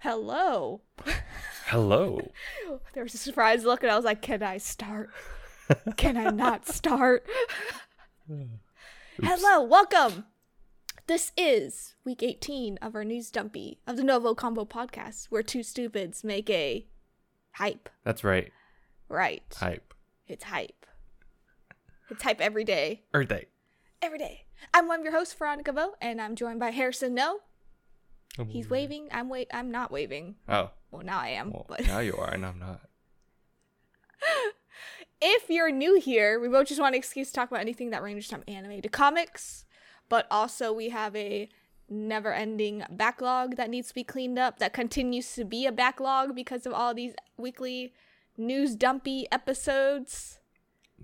hello. Hello. There was a surprised look, and I was like, can I start? Can I not start? Hello, welcome. This is week 18 of our news dumpy of the Novo Combo podcast, where two stupids make a hype, That's right. right? Hype. It's hype. It's hype every day. Earth Day. Every day. I'm one of your hosts, Veronica Vo, and I'm joined by Harrison No. He's waving. I'm wa- I'm not waving. Oh, Well, now I am. Mm. well, but now you are, and I'm not. if you're new here, we both just want an excuse to talk about anything that ranges from anime to comics, but also we have a never ending backlog that needs to be cleaned up that continues to be a backlog because of all these weekly news dumpy episodes.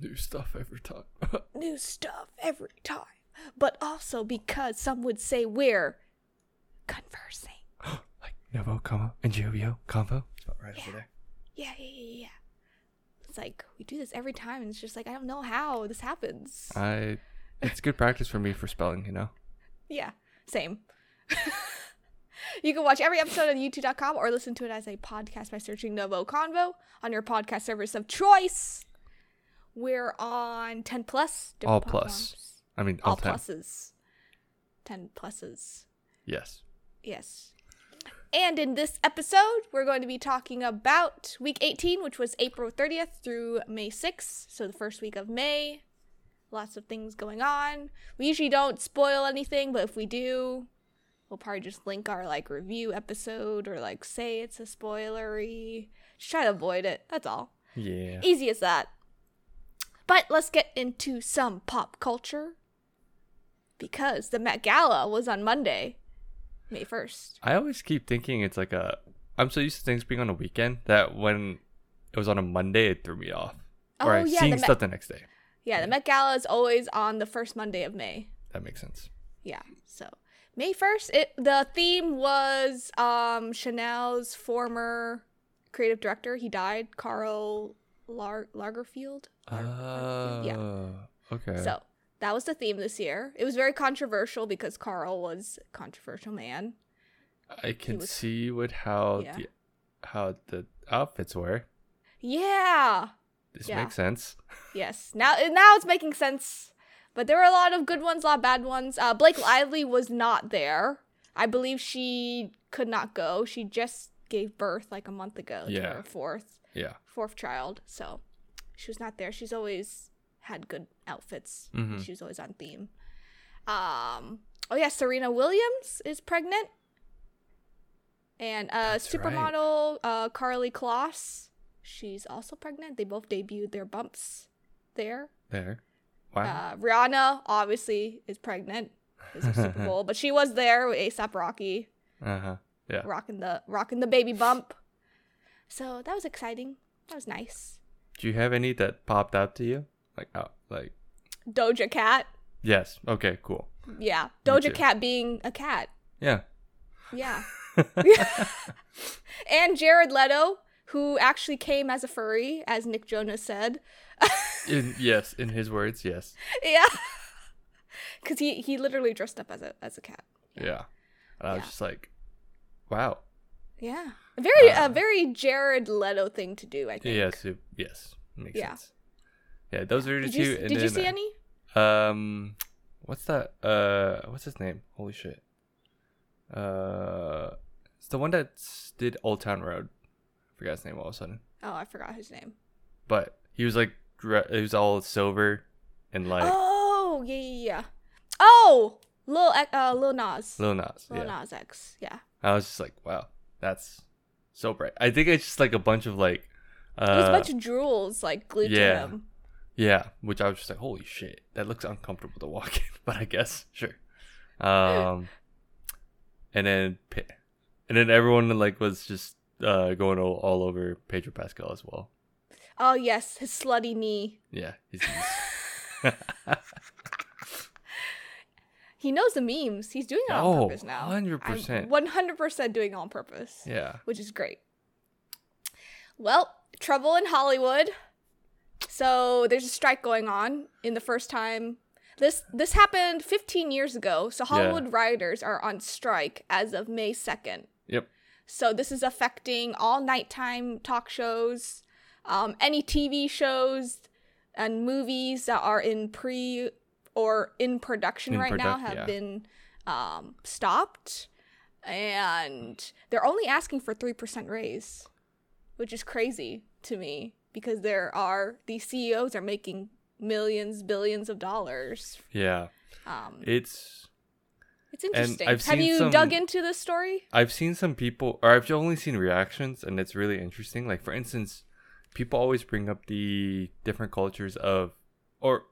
New stuff every time. New stuff every time, but also because some would say we're conversing. like Novo, Combo, and Jovio, Combo. Right over there. Yeah, yeah, yeah, yeah. It's like we do this every time, and it's just like I don't know how this happens. I. It's good practice for me for spelling, you know. Yeah, same. you can watch every episode on youtube.com or listen to it as a podcast by searching Novo Convo on your podcast service of choice. We're on 10 plus. different All plus. platforms. I mean, all, All ten. pluses. 10 pluses. Yes. Yes. And in this episode, we're going to be talking about week 18, which was April 30th through May 6th. So the first week of May. Lots of things going on. We usually don't spoil anything, but if we do, we'll probably just link our like review episode or like say it's a spoilery. Just try to avoid it. That's all. Yeah. Easy as that. But let's get into some pop culture because the Met Gala was on Monday, May 1st. I always keep thinking it's like a. I'm so used to things being on a weekend that when it was on a Monday, it threw me off. or Oh, I- yeah, seeing the Met- stuff the next day. Yeah, the Met Gala is always on the first Monday of May. That makes sense. Yeah, so May first, it the theme was um Chanel's former creative director. He died, Carl Lar- Lagerfield. Oh. yeah. Okay. So that was the theme this year. It was very controversial because Carl was a controversial man. I can was- see what how Yeah. the how the outfits were. Yeah. This Yeah. makes sense. Yes. Now now it's making sense. But there were a lot of good ones, a lot of bad ones. Uh, Blake Lively was not there. I believe she could not go. She just gave birth like a month ago to Yeah. her fourth Yeah. fourth child. So she was not there. She's always had good outfits. Mhm. She was always on theme. Um oh yeah, Serena Williams is pregnant. And uh That's right. supermodel uh Carly Kloss, she's also pregnant. They both debuted their bumps there. There. Wow. Uh, Rihanna obviously is pregnant. This is Super Bowl, but she was there with ASAP Rocky, Uh, huh Yeah. rocking the rocking the baby bump. So that was exciting. That was nice. Do you have any that popped out to you? Like out like Doja Cat, yes. Okay. Cool. yeah, Me Doja too. Cat being a cat, Yeah. yeah. and Jared Leto, who actually came as a furry, as Nick Jonas said, In yes. In his words, yes. yeah, because he he literally dressed up as a as a cat. Yeah. And I was Yeah. just like, wow. Yeah, a very Uh, a very Jared Leto thing to do. I think. Yes. It, yes. Makes Yeah. sense. Yeah. Those are the Did two. you, and did you then, see uh, any? Um, what's that? Uh, what's his name? Holy shit. Uh, it's the one that s- did Old Town Road. I forgot his name all of a sudden. Oh, I forgot his name. But he was like, dre- he was all silver and like oh, yeah, yeah, yeah. Oh, Lil, X- uh, Lil Nas. Lil Nas. Lil yeah. Nas X. Yeah. I was just like, wow, that's so bright. I think it's just like a bunch of like, There's uh, a bunch of drools like glued yeah. to him. yeah, which I was just like, holy shit, that looks uncomfortable to walk in. But I guess sure. Um, and then Pe- and then everyone like was just uh going all, all over Pedro Pascal as well. Oh yes, his slutty knee. Yeah, he's, he's He knows the memes. He's doing it on Oh, purpose now. 100%. One hundred percent doing it on purpose, yeah. which is great. Well, trouble in Hollywood. So there's a strike going on in the first time. This this happened 15 years ago. So Hollywood writers are on strike as of May 2nd. Yep. So this is affecting all nighttime talk shows, um, any TV shows and movies that are in pre or in production In right now produc- have yeah. been um, stopped, and they're only asking for three percent raise, which is crazy to me because there are these CEOs are making millions, billions of dollars. Yeah. Um, It's it's interesting. I've Have seen you some- dug into this story? I've seen some people, or I've only seen reactions, and it's really interesting. Like, for instance, people always bring up the different cultures of, or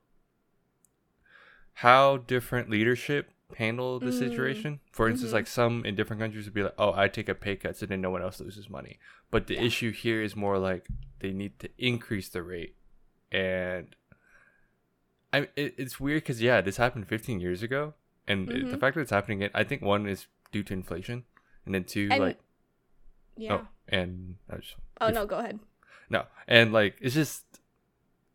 how different leadership handle the Mm. situation. For instance, Mhm. like some in different countries would be like, oh, I take a pay cut so then no one else loses money. But the issue here is more like they need to increase the rate. And I, it, it's weird because, yeah, this happened 15 years ago. And it- the Mhm. fact that it's happening again, I think one is due to inflation, and then two, And- like, Yeah. oh, and I just, Oh, no, go ahead. no, and like, it's just,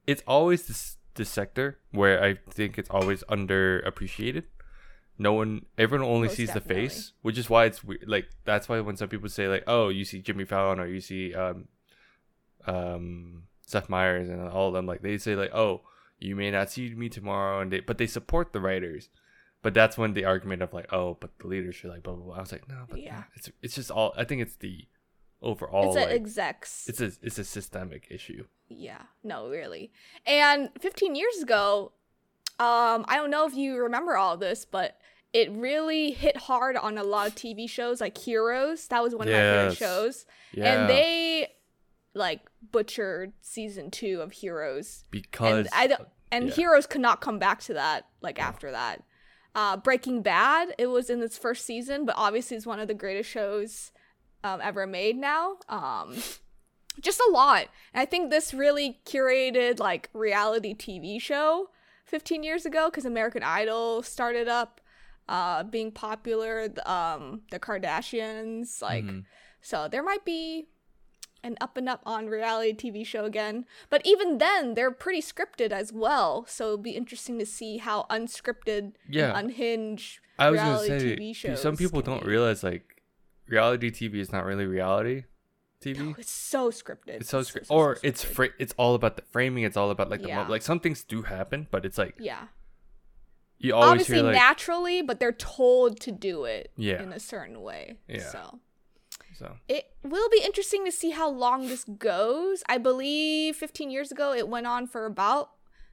it's always this this sector where I think it's always underappreciated. No one, everyone only Most sees definitely. the face, which is why it's weird. Like that's why when some people say like, oh, you see Jimmy Fallon or you see um, um, Seth Meyers and all of them, like they say like, oh, you may not see me tomorrow, and they but they support the writers. But that's when the argument of like, oh, but the leadership, like blah blah. blah. I was like, no, but Yeah. yeah, it's it's just all. I think it's the overall. it's like, at execs. it's a it's a systemic issue. yeah, no, really. And 15 years ago, um, I don't know if you remember all this, but it really hit hard on a lot of TV shows like Heroes. That was one of my favorite Yes. shows. Yeah, And they like butchered season two of Heroes. because and I don't, and yeah. Heroes could not come back to that like after that. Uh, Breaking Bad, it was in its first season, but obviously it's one of the greatest shows um, ever made now. Um, just a lot. And I think this really curated like reality TV show 15 years ago because American Idol started up uh, being popular, the, um, the Kardashians, like Mhm. so there might be an up and up on reality TV show again. But even then, they're pretty scripted as well. So it'll be interesting to see how unscripted, yeah. unhinged. I was gonna reality say TV pe- some shows people can don't be- realize like reality TV is not really reality TV. No, oh, it's so scripted. it's so scripted, so, or it's scripted. fra- it's all about the framing. It's all about like the mo- Yeah. like some things do happen, but it's like Yeah. you always Obviously, hear like naturally, but they're told to do it Yeah. in a certain way. Yeah. So so. it will be interesting to see how long this goes. I believe 15 years ago, it went on for about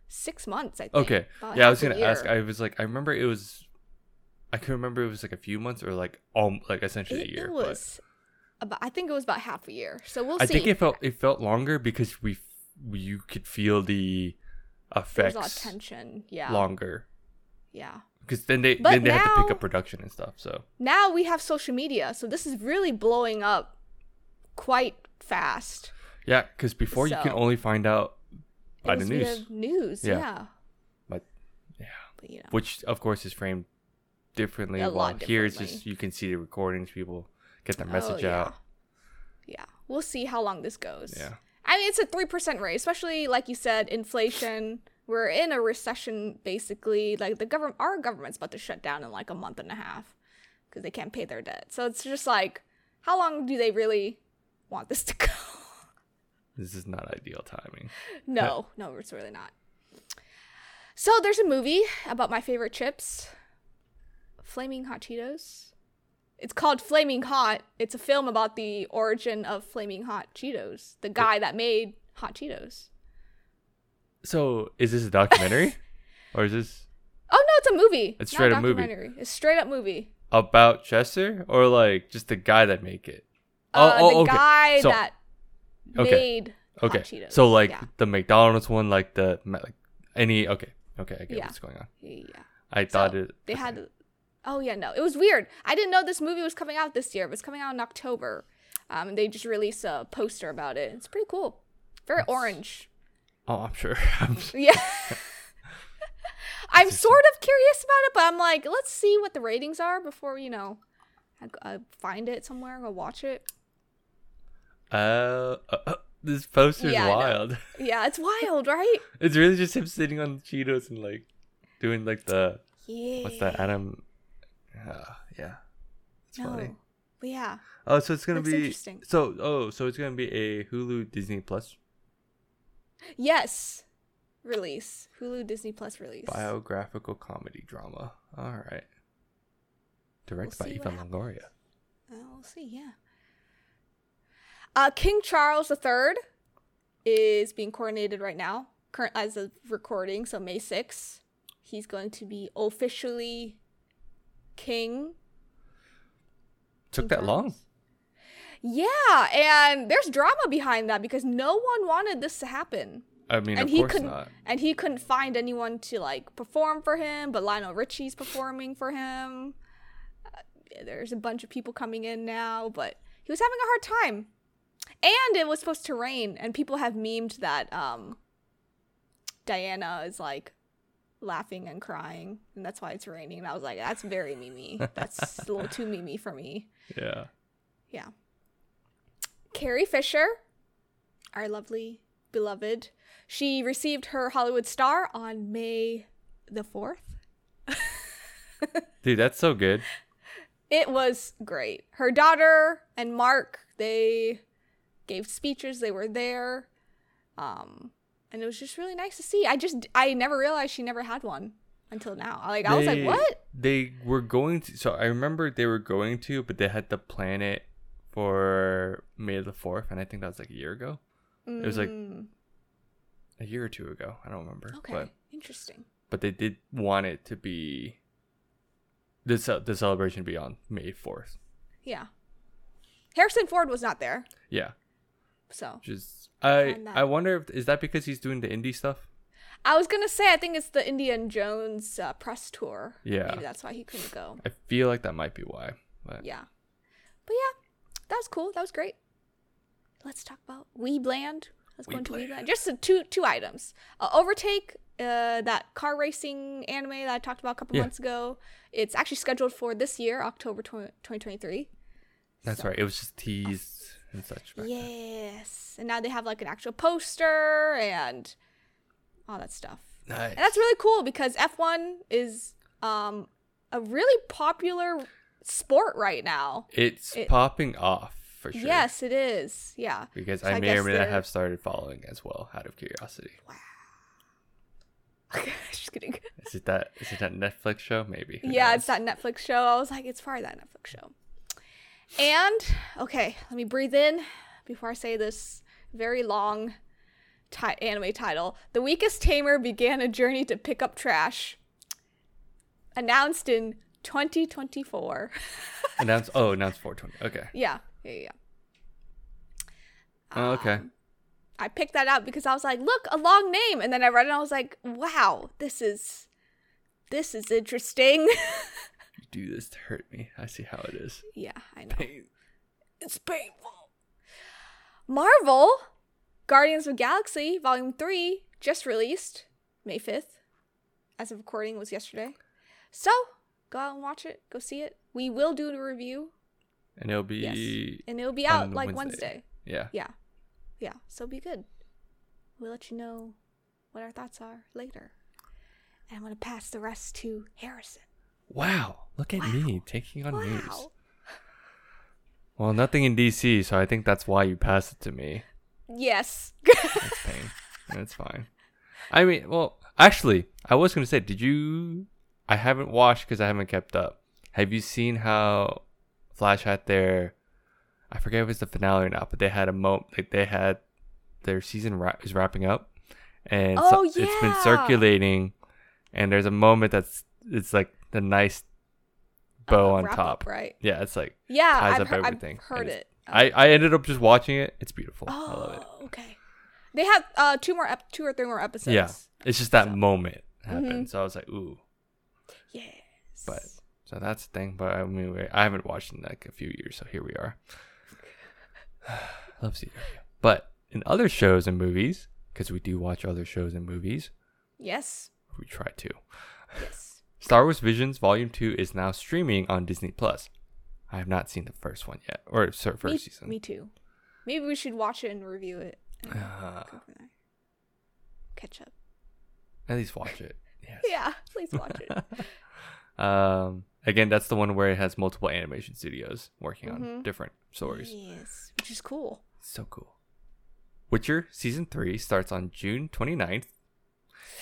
six months, I think. Okay, About yeah, I half was a gonna ask. year. I was like, I remember it was, I can remember it was like a few months or like um like essentially it, a year. it but- was about i think it was about half a year so we'll I see think it felt it felt longer because we f- you could feel the there's a lot of effects tension yeah longer yeah because then they But then they had to pick now- up production and stuff. So now we have social media so this is really blowing up quite fast yeah, because before you can So- only find out It by the was news, via news yeah, Yeah. But- yeah. but you know which of course is framed differently. A while lot here it's differently. Oh, just you can see the recordings, people get their message yeah. out. yeah we'll see how long this goes Yeah, i mean it's a 3% rate especially like you said inflation we're in a recession basically like the government our government's about to shut down in like a month and a half because they can't pay their debt so it's just like how long do they really want this to go this is not ideal timing. No, no, it's really not. So there's a movie about my favorite chips, Flaming Hot Cheetos. It's called Flaming Hot. It's a film about the origin of Flaming Hot Cheetos, the guy that made Hot Cheetos. So is this a documentary, or is this Oh no, it's a movie. It's not straight up movie. documentary. It's straight up movie. about Chester or like just the guy that make it? Uh, oh, the oh, okay. guy So- that okay. made Okay. Hot Cheetos. So like yeah, the McDonald's one, like the ma- like any okay, okay, I get Yeah. what's going on. yeah, yeah. I thought it they okay. had oh yeah no it was weird i didn't know this movie was coming out this year it was coming out in october um, and they just released a poster about it it's pretty cool very orange Oh, I'm sure. I'm sure. yeah i'm sort of curious about it but i'm like let's see what the ratings are before you know i, go- I find it somewhere go watch it Uh, uh, uh, this poster's Yeah, I know. wild. yeah it's wild right It's really just him sitting on Cheetos and like doing like the yeah what's that Adam? Uh, yeah, it's Eh. no funny. But yeah. Oh, so it's gonna Looks be interesting. so. Oh, so it's gonna be a Hulu Disney Plus Yes. Release. Hulu Disney Plus release. biographical comedy drama. All right. Directed see by what Eva happens. Longoria. Uh, we'll see, yeah. Uh, King Charles III is being coronated right now, current as of recording, so May 6th. He's going to be officially king. Took that long. Yeah, and there's drama behind that because no one wanted this to happen. I mean, and of he course couldn't not. and he couldn't find anyone to like perform for him but lionel richie's performing for him uh, there's a bunch of people coming in now but he was having a hard time and it was supposed to rain and people have memed that um diana is like laughing and crying and that's why it's raining and i was like that's very mimi that's a little too mimi for me Yeah. yeah. Carrie Fisher, our lovely beloved, she received her Hollywood star on May the 4th. Dude, that's so good. It was great. Her daughter and Mark, they gave speeches, they were there. Um and it was just really nice to see. I just I never realized she never had one until now. Like I was like, They- "What?" They were going to. So I remember they were going to, but they had to plan it for May the fourth, and I think that was like a year ago, it was like- Mm, a year or two ago. I don't remember. Okay. But Interesting. but they did want it to be the ce- the celebration to be on May fourth. Yeah. Harrison Ford was not there. Yeah, So, which is I Found that. I wonder if is that because he's doing the indie stuff. I was gonna say I think it's the Indian Jones uh, press tour. Yeah. maybe that's why he couldn't go. I feel like that might be why. But Yeah, but yeah, that was cool. That was great. Let's talk about Weebland. Let's go into Weebland. Weebland. Just the two two items. Uh, Overtake, uh, that car racing anime that I talked about a couple Yeah. months ago. It's actually scheduled for this year, October 20- 2023. that's right. It was just teased and such. back then. Yes, and now they have like an actual poster and all that stuff. Nice. And that's really cool because F1 is um, a really popular sport right now. It's it- popping off for sure. Yes, it is. Yeah. Because So I, I may or guess may not they're- have started following as well, out of curiosity. Just kidding. Is it that is it that Netflix show? Maybe. Who Yeah, knows? it's that Netflix show. I was like, it's probably that Netflix show. And, okay, let me breathe in before I say this very long ti- anime title. The Weakest Tamer began a journey to pick up trash. Announced in 2024. announced. Oh, announced 420. Okay. yeah, yeah, yeah. Oh, okay. Um, I picked that up because I was like, look, a long name. And then I read it and I was like, wow, this is this is interesting. You do this to hurt me. I see how it is. yeah, I know. Pain. It's painful. Marvel Guardians of the Galaxy Volume 3 just released May 5th. As of recording was yesterday. So, go out and watch it. Go see it. We will do a review And it'll be Yes. and it'll be On out like Wednesday. Wednesday. yeah. Yeah. Yeah. So be good. We'll let you know what our thoughts are later. And I'm going to pass the rest to Harrison. Wow. Look at me taking on news. Wow. Well, nothing in DC, so I think that's why you passed it to me. Yes. That's pain. that's fine. I mean, well, actually, I was gonna say, did you? I haven't watched because I haven't kept up. Have you seen how Flash had their? I forget if it was the finale or not, but they had a moment like they had their season wrap is wrapping up, and so- Oh, it's been yeah. circulating, and there's a moment that's it's like the nice bow Uh, on wrap top. up, right? Yeah, it's like Yeah. Ties I've, up heard- I've everything. heard And it. Uh, it's- I I ended up just watching it. It's beautiful. oh, I love it. okay. They have uh, two more, ep- two or three more episodes. Yeah, it's just that So- Mm-hmm. moment happened. So I was like, ooh. Yes. But so that's the thing. But I mean, we- I haven't watched in like a few years, so here we are. Love CW. But in other shows and movies, because we do watch other shows and movies, yes. we try to. Yes. Star Wars Visions Volume Two is now streaming on Disney Plus. I have not seen the first one yet, or so- first me, season. me too. Maybe we should watch it and review it. and Uh, go from there. Catch up. at least watch it. Yes. Yeah. Please watch it. Um, Again, that's the one where it has multiple animation studios working on Mhm. different stories. Yes, which is cool. So cool. Witcher season 3 starts on June 29th.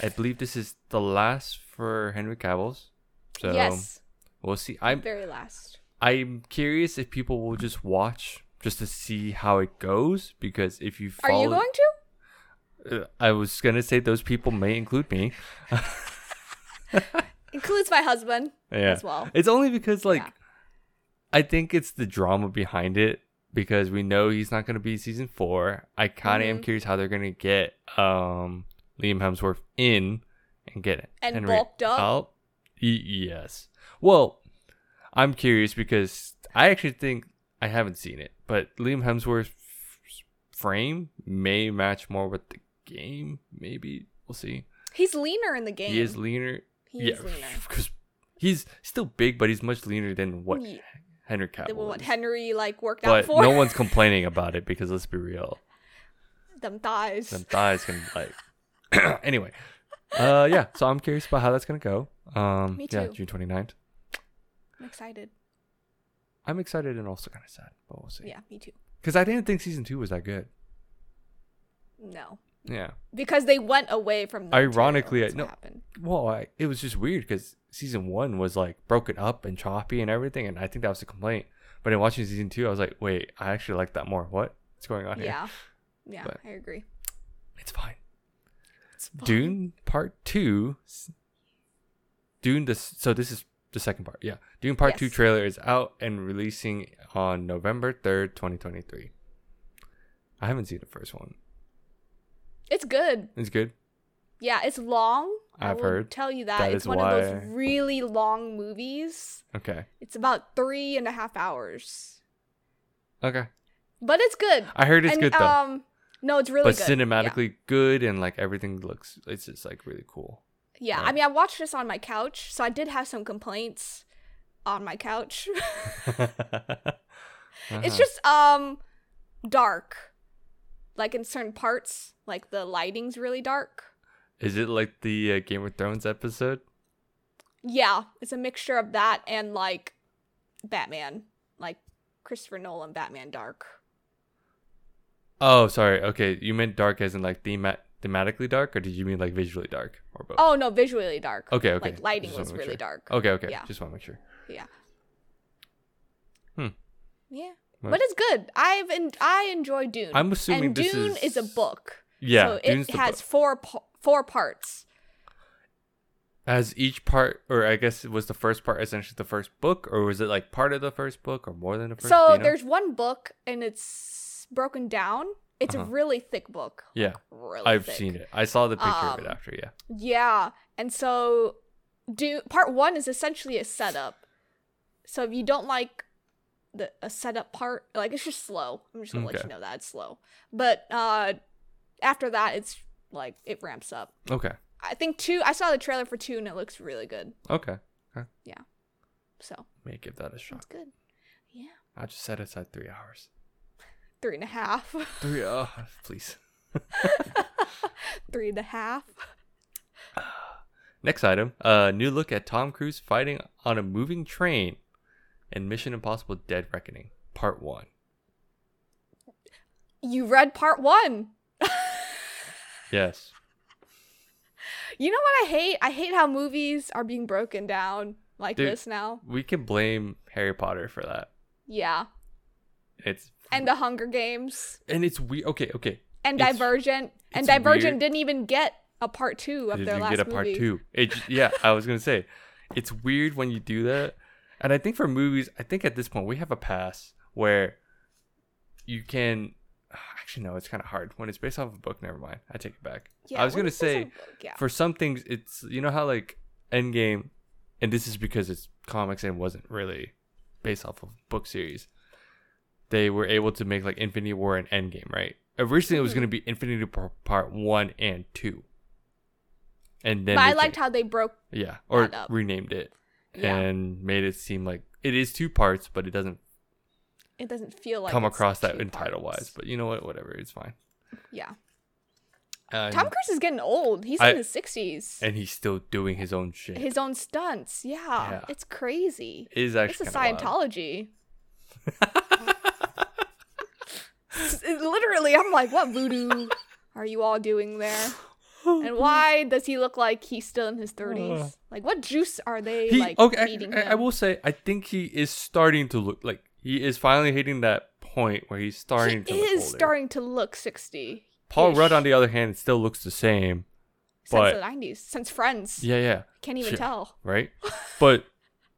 I believe this is the last for Henry Cavill's. So yes, we'll see. I'm very last. I'm curious if people will just watch just to see how it goes because if you Are follow you going to? Uh, I was going to say those people may include me. Includes my husband yeah. as well. It's only because like Yeah. I think it's the drama behind it because we know he's not going to be season 4. I kind of am Mm-hmm. curious how they're going to get um Liam Hemsworth in and get it. And bulked up? out. Y- yes. Well, I'm curious because I actually think I haven't seen it, but Liam Hemsworth's frame may match more with the game, maybe. We'll see. He's leaner in the game. He is leaner He is leaner. because he's still big, but he's much leaner than what Ye- Henry than Cavill what is. Henry like worked out but for. no one's complaining about it because let's be real, them thighs. them thighs can like. anyway, uh, yeah. So I'm curious about how that's gonna go. Um, Me Yeah, too. June 29th. I'm excited. I'm excited and also kind of sad, but we'll see. Yeah, me too. Because I didn't think season two was that good. No, Yeah. because they went away from. The Ironically, material. That's I- what no. happened. Well, I, it was just weird because season one was like broken up and choppy and everything, and I think that was the complaint. But in watching season two, I was like, wait, I actually like that more. What? What's going on here? Yeah, yeah, But- I agree. It's fine. Dune Part Two. s- Dune. This. So this is the second part. Yeah. Dune Part Two Yes. trailer is out and releasing on November third, twenty twenty three. I haven't seen the first one. It's good. It's good. Yeah, it's long. I I've will heard. Tell you that, That it's is one of why- those really long movies. Okay. It's about three and a half hours, Okay. but it's good. I heard it's and, good though, Um, no, it's really but good. cinematically good and like everything looks. It's just like really cool. Yeah. yeah, I Right. mean, I watched this on my couch, so I did have some complaints on my couch. It's Uh-huh. just um dark. Like in certain parts, like the lighting's really dark. Is it like the uh, Game of Thrones episode? Yeah, it's a mixture of that and like Batman, like Christopher Nolan Batman Dark. Oh, sorry. Okay, you meant dark as in like thema- thematically dark, or did you mean like visually dark, or both? Oh no, visually dark. Okay, okay. Like lighting Just wanna was make really sure. dark. Okay, okay. Yeah. Just want to make sure. Yeah. Well- But it's good. I've en- I enjoy Dune. I'm assuming and this Dune is... a book. Yeah, so it Dune's the has book. four po- four parts. Has each part, or I guess it was the first part essentially the first book, or was it like part of the first book, or more than the first? do so you know? there's one book and it's broken down. It's Uh-huh. a really thick book. Yeah, Really I've thick. seen it. I saw the picture of it Um, after. Yeah. Yeah. And so do part one is essentially a setup. So if you don't like the a setup part, like it's just slow. I'm just gonna let Okay. you know that it's slow. But uh after that it's like it ramps up. Okay. I think two I saw the trailer for two and it looks really good. Okay. So May give that a shot. that's good. Yeah. I just set aside three hours. Three and a half. Three. Oh, please. Three and a half. Next item, a uh, new look at Tom Cruise fighting on a moving train in Mission Impossible Dead Reckoning, Part 1. You read part one. Yes. You know what I hate? I hate how movies are being broken down like Dude. this now. We can blame Harry Potter for that. Yeah. It's And the Hunger Games. and it's we okay, okay. and It's- Divergent, and it's Divergent weird. didn't even get a part two of Did their you last get a part movie. two? It j- yeah, I was gonna say, it's weird when you do that, and I think for movies, I think at this point we have a pass where you can. Actually, no, it's kind of hard when it's based off of a book. Never mind, I take it back. I was what gonna is this say, in- yeah, for some things it's you know how like endgame and this is because it's comics and wasn't really based off of book series they were able to make like infinity war and endgame right originally it was Mhm. going to be infinity War part one and two and then but I they liked cha- how they broke. yeah or that up. renamed it Yeah, and made it seem like it is two parts but it doesn't it doesn't feel like come it's across that two in title parts. wise but you know what whatever it's fine yeah. Uh, Tom Cruise is getting old. He's I- in his sixties. and he's still doing his own shit. His own stunts. Yeah, Yeah. it's crazy. it is It's actually a kinda wild. Scientology. S- Literally, I'm like, what voodoo are you all doing there? And why does he look like he's still in his Ugh. thirties? Like, what juice are they Uh. He, like okay, feeding I, I- him? I will say I think he is starting to look like he is finally hitting that point where he's he starting to look is older. starting to look sixty. Paul Rudd, on the other hand, still looks the same. since but- the nineties, since Friends, Yeah, yeah, can't even Shit. tell. right. but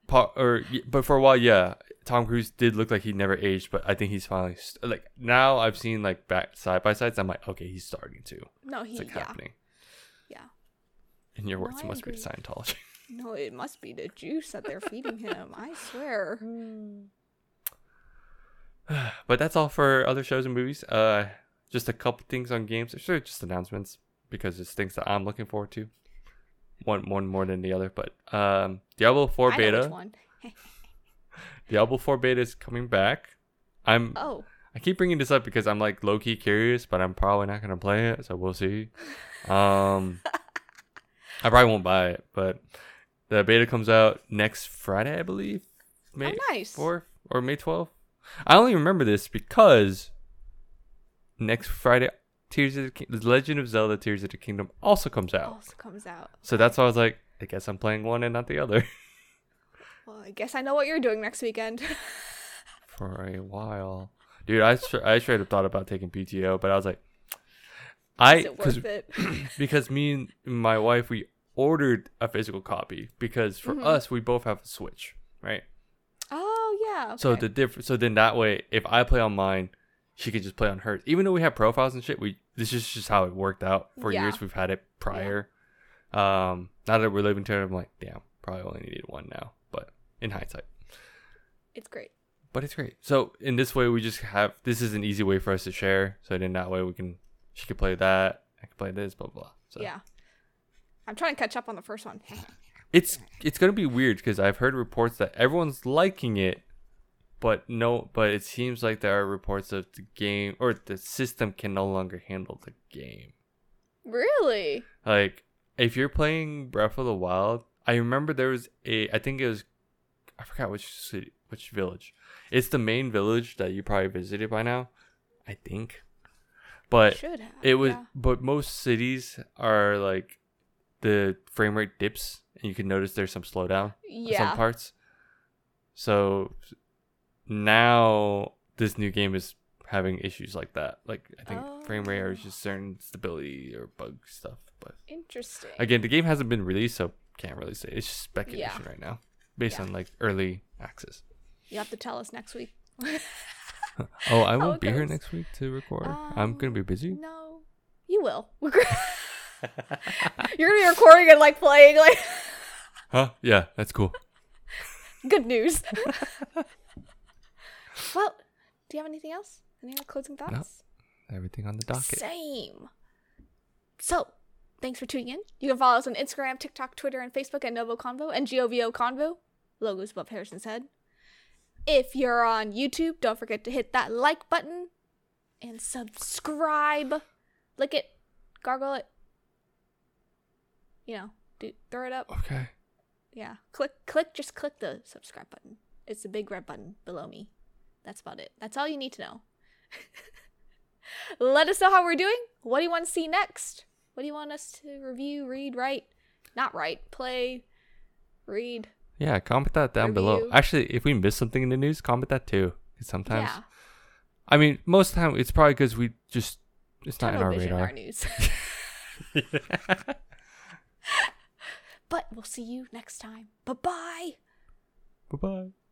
Paul, or y- but for a while, yeah, Tom Cruise did look like he never aged. But I think he's finally st- like now. I've seen like back side by sides. I'm like, okay, he's starting to. No, he It's like yeah, happening. yeah. In your No, I words, it must be agree. the Scientology. No, it must be the juice that they're feeding him. I swear. but that's all for other shows and movies. Uh, just a couple things on games. Sure, just announcements because it's things that I'm looking forward to. One, one more than the other, but um, Diablo Four I know which beta. one. Diablo Four beta is coming back. I'm. Oh, I keep bringing this up because I'm like low key curious, but I'm probably not gonna play it, so we'll see. Um, I probably won't buy it, but the beta comes out next Friday, I believe. May oh, nice. fourth or May twelfth. I only remember this because next Friday, Tears of the, King- the Legend of Zelda: Tears of the Kingdom also comes out. Also Oh, comes out. So that's why I was like, I guess I'm playing one and not the other Well, I guess I know what you're doing next weekend. for a while. Dude, I str- I straight up thought about taking PTO, but I was like, I Is it because worth it? because me and my wife we ordered a physical copy because for Mm-hmm. us we both have a Switch, right? Oh yeah. So okay. the diff- so then that way, if I play on mine, she could just play on hers. Even though we have profiles and shit, we this is just how it worked out for Yeah. years. We've had it prior. Um, now that we're living together, I'm like, damn, probably only needed one now. But in hindsight, it's great. but it's great. So in this way, we just have this is an easy way for us to share. So then that way we can she could play that, I could play this, blah blah. blah. So Yeah. I'm trying to catch up on the first one. it's it's gonna be weird because I've heard reports that everyone's liking it, but no, but it seems like there are reports of the game or the system can no longer handle the game. really? Like if you're playing Breath of the Wild, I remember there was a I think it was I forgot which city which village. It's the main village that you probably visited by now, I think. But Should have. it was, yeah. but most cities are like the frame rate dips, and you can notice there's some slowdown in Yeah. some parts. So now this new game is having issues like that. Like I think frame rate or Oh. just certain stability or bug stuff. But Interesting. again, the game hasn't been released, so can't really say. It's just speculation right now, based Yeah. on like early access. you have to tell us next week. Oh, I How won't it be here goes. next week to record. I'm gonna be busy. No, you will. We're gr- You're gonna be recording and like playing. Like, Huh? Yeah, that's cool. good news. well, do you have anything else? Any other closing thoughts? Everything on the docket. Same. So, thanks for tuning in. You can follow us on Instagram, TikTok, Twitter, and Facebook at Novo Convo and GOVO Convo. Logos above Harrison's head. If you're on YouTube, don't forget to hit that like button and subscribe. Lick it, gargle it. You know, do, throw it up. Okay. Yeah. Click click just click the subscribe button. It's the big red button below me. That's about it. That's all you need to know. Let us know how we're doing. What do you want to see next? What do you want us to review, read, write? Not write, play, read. Yeah, comment that down below. Review. Actually, if we miss something in the news, comment that too. 'Cause sometimes, yeah. I mean, most of the time it's probably because we just it's not in Tunnel our vision, radar. our news. but we'll see you next time. Bye bye. bye bye.